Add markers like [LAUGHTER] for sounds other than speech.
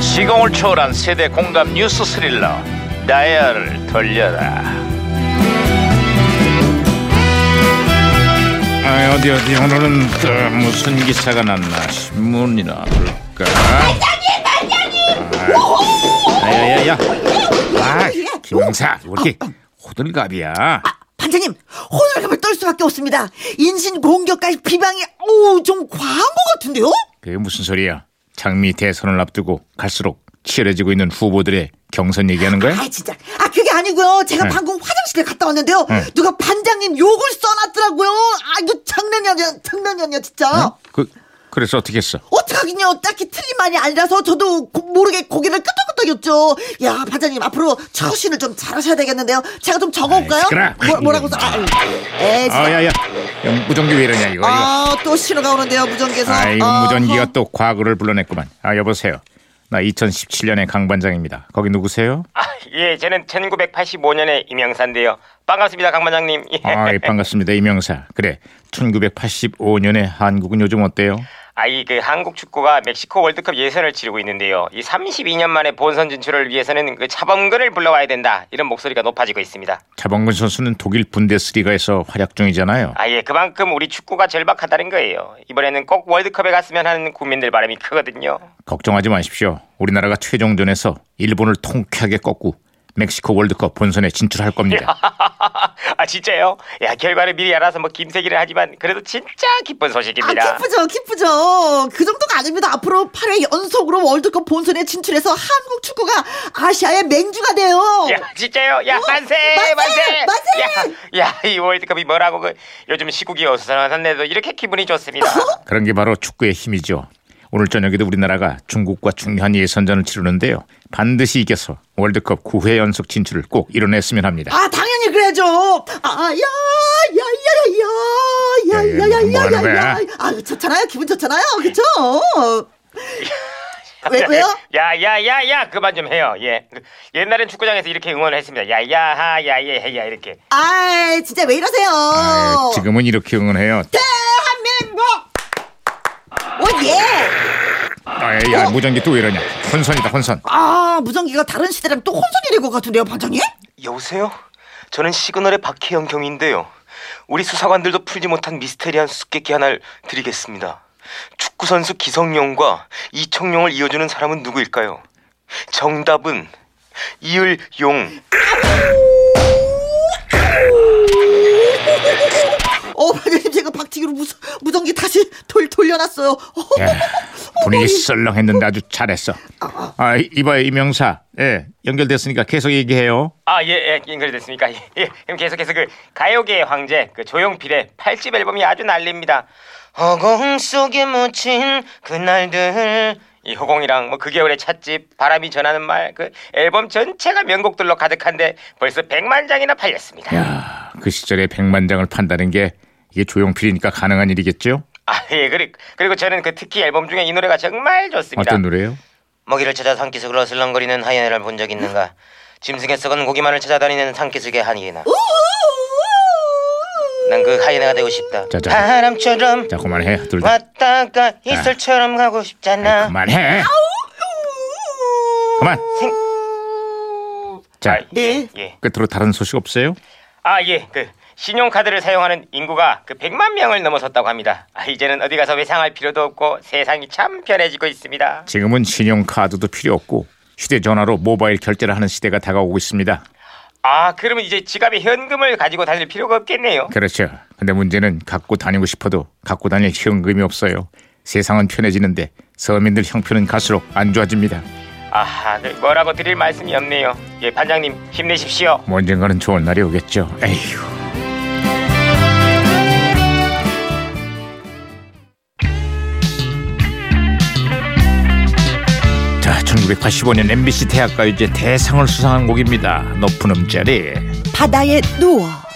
시공을 초월한 세대 공감 뉴스 스릴러 다이얼을 돌려라 아, 어디 어디 오늘은 또 무슨 기사가 났나 신문이나 볼까 반장님 반장님 아, 야야야 아, 김영사 왜 이렇게 호들갑이야 반장님 호들갑을 떨 수밖에 없습니다. 인신 공격까지 비방이 어우 좀 과한 것 같은데요? 그게 무슨 소리야 장미 대선을 앞두고 갈수록 치열해지고 있는 후보들의 경선 얘기하는 거야? 아 진짜 아 그게 아니고요. 제가 네. 방금 화장실에 갔다 왔는데요. 네. 누가 반장님 욕을 써놨더라고요. 아 이거 장난이 아니야 장난이 아니야 진짜. 그 그래서 어떻게 했어? 어떡하긴요. 딱히 틀린 말이 아니라서 저도 고- 모르게 고개를 끄덕끄덕였죠. 야, 반장님, 앞으로 처신을 좀 잘하셔야 되겠는데요. 제가 좀 적어올까요? 아이, 시끄러워. 뭐, 라고 써? 아, 에이, 진짜. 아야야 무전기 왜 이러냐 이거 이거 아, 또 신호가 오는데요, 무전기에서. 아이 아, 무전기가 어. 또 과거를 불러냈구만 아 여보세요 나 2017년의 강 반장입니다 거기 누구세요? 아, 예, 저는 1985년에 임영사인데요. 반갑습니다, 강 반장님. 예. 아이 반갑습니다 이명사 그래 1985년에 한국은 요즘 어때요? 아, 이 그 한국 축구가 멕시코 월드컵 예선을 치르고 있는데요. 이 32년 만에 본선 진출을 위해서는 그 차범근을 불러와야 된다. 이런 목소리가 높아지고 있습니다. 자범근 선수는 독일 분데스리가에서 활약 중이잖아요 아, 예, 그만큼 우리 축구가 절박하다는 거예요. 이번에는 꼭 월드컵에 갔으면 하는 국민들 바람이 크거든요. [LAUGHS] 걱정하지 마십시오 우리나라가 최종전에서 일본을 통쾌하게 꺾고 멕시코 월드컵 본선에 진출할 겁니다 아, 진짜요? 야, 결과를 미리 알아서 뭐 김세기를 하지만 그래도 진짜 기쁜 아, 소식입니다. 기쁘죠, 기쁘죠. 그 정도가 아닙니다. 앞으로 8회 연속으로 월드컵 본선에 진출해서 한국 축구가 아시아의 맹주가 돼요. 야 진짜요? 야 만세 어, 만세! 만세 만세! 야이 월드컵이 뭐라고 그 요즘 시국이 어수선한데도 이렇게 기분이 좋습니다. 어? 그런 게 바로 축구의 힘이죠. 오늘 저녁에도 우리나라가 중국과 중요한 예선전을 치르는데요. 반드시 이겨서 월드컵 9회 연속 진출을 꼭 이뤄냈으면 합니다. 아, 당연히 그래야죠. 아, 야, 야, 야, 야, 야, 야, 야, 예, 뭐 야, 하는 야, 거야? 야. 아, 좋잖아요. 기분 좋잖아요. 그쵸? 왜, 왜요? [LAUGHS] 야야야야 그만 좀 해요. 예 그, 옛날엔 축구장에서 이렇게 응원을 했습니다. 야야하 야예야 이렇게. 아이, 진짜 왜 이러세요? 아, 지금은 이렇게 응원해요. 대한민국! 오, 예! 아, 야, 무전기 또 왜 이러냐? 혼선이다, 혼선. 아, 무전기가 다른 시대라면 또 혼선이 될 것 같은데요, 반장님? 여보세요? 저는 시그널의 박혜영 경인데요. 우리 수사관들도 풀지 못한 미스테리한 수수께끼 하나를 드리겠습니다. 축구 선수 기성용과 이청용을 이어주는 사람은 누구일까요? 정답은 이을용. 어, 반장님, 제가 박치기로 무, 무전기 다시 돌, 돌려놨어요. 어, 야, [LAUGHS] 분위기 썰렁했는데 아주 잘했어. 아, 이봐요, 이명사. 예, 연결됐으니까 계속 얘기해요. 아, 예, 예, 연결됐습니까? 예, 예. 그럼 계속해서 그 가요계의 황제, 그 조용필의 팔집 앨범이 아주 난립니다. 허공 속에 묻힌 그날들. 이 허공이랑 뭐 그 겨울의 찻집, 바람이 전하는 말, 그 앨범 전체가 명곡들로 가득한데 벌써 100만 장이나 팔렸습니다. 야, 그 시절에 백만장을 판다는 게 이게 조용필이니까 가능한 일이겠죠? 아, 예, 그리고, 그리고 저는 그 특히 앨범 중에 이 노래가 정말 좋습니다. 어떤 노래요? 먹이를 찾아 산기슭을 어슬렁거리는 하이에나를 본 적 있는가? 짐승의 썩은 고기만을 찾아다니는 산기슭의 하이에나. 난 그 하이에나가 되고 싶다. 자, 자. 바람처럼 자, 그만해. 둘 다. 왔다가 이슬처럼 가고 싶잖아. 그만해. 그만. 자, 네. 예. 끝으로 다른 소식 없어요? 아, 예. 그 신용카드를 사용하는 인구가 그 100만 명을 넘어섰다고 합니다. 아, 이제는 어디 가서 외상할 필요도 없고 세상이 참 편해지고 있습니다. 지금은 신용카드도 필요 없고 휴대전화로 모바일 결제를 하는 시대가 다가오고 있습니다. 아, 그러면 이제 지갑에 현금을 가지고 다닐 필요가 없겠네요. 그렇죠. 근데 문제는 갖고 다니고 싶어도 갖고 다닐 현금이 없어요. 세상은 편해지는데 서민들 형편은 갈수록 안 좋아집니다. 아하, 네, 뭐라고 드릴 말씀이 없네요. 예, 반장님 힘내십시오. 뭐 언젠가는 좋은 날이 오겠죠. 에휴. 자, 1985년 MBC 대학가요제 대상을 수상한 곡입니다. 높은 음자리. 바다에 누워.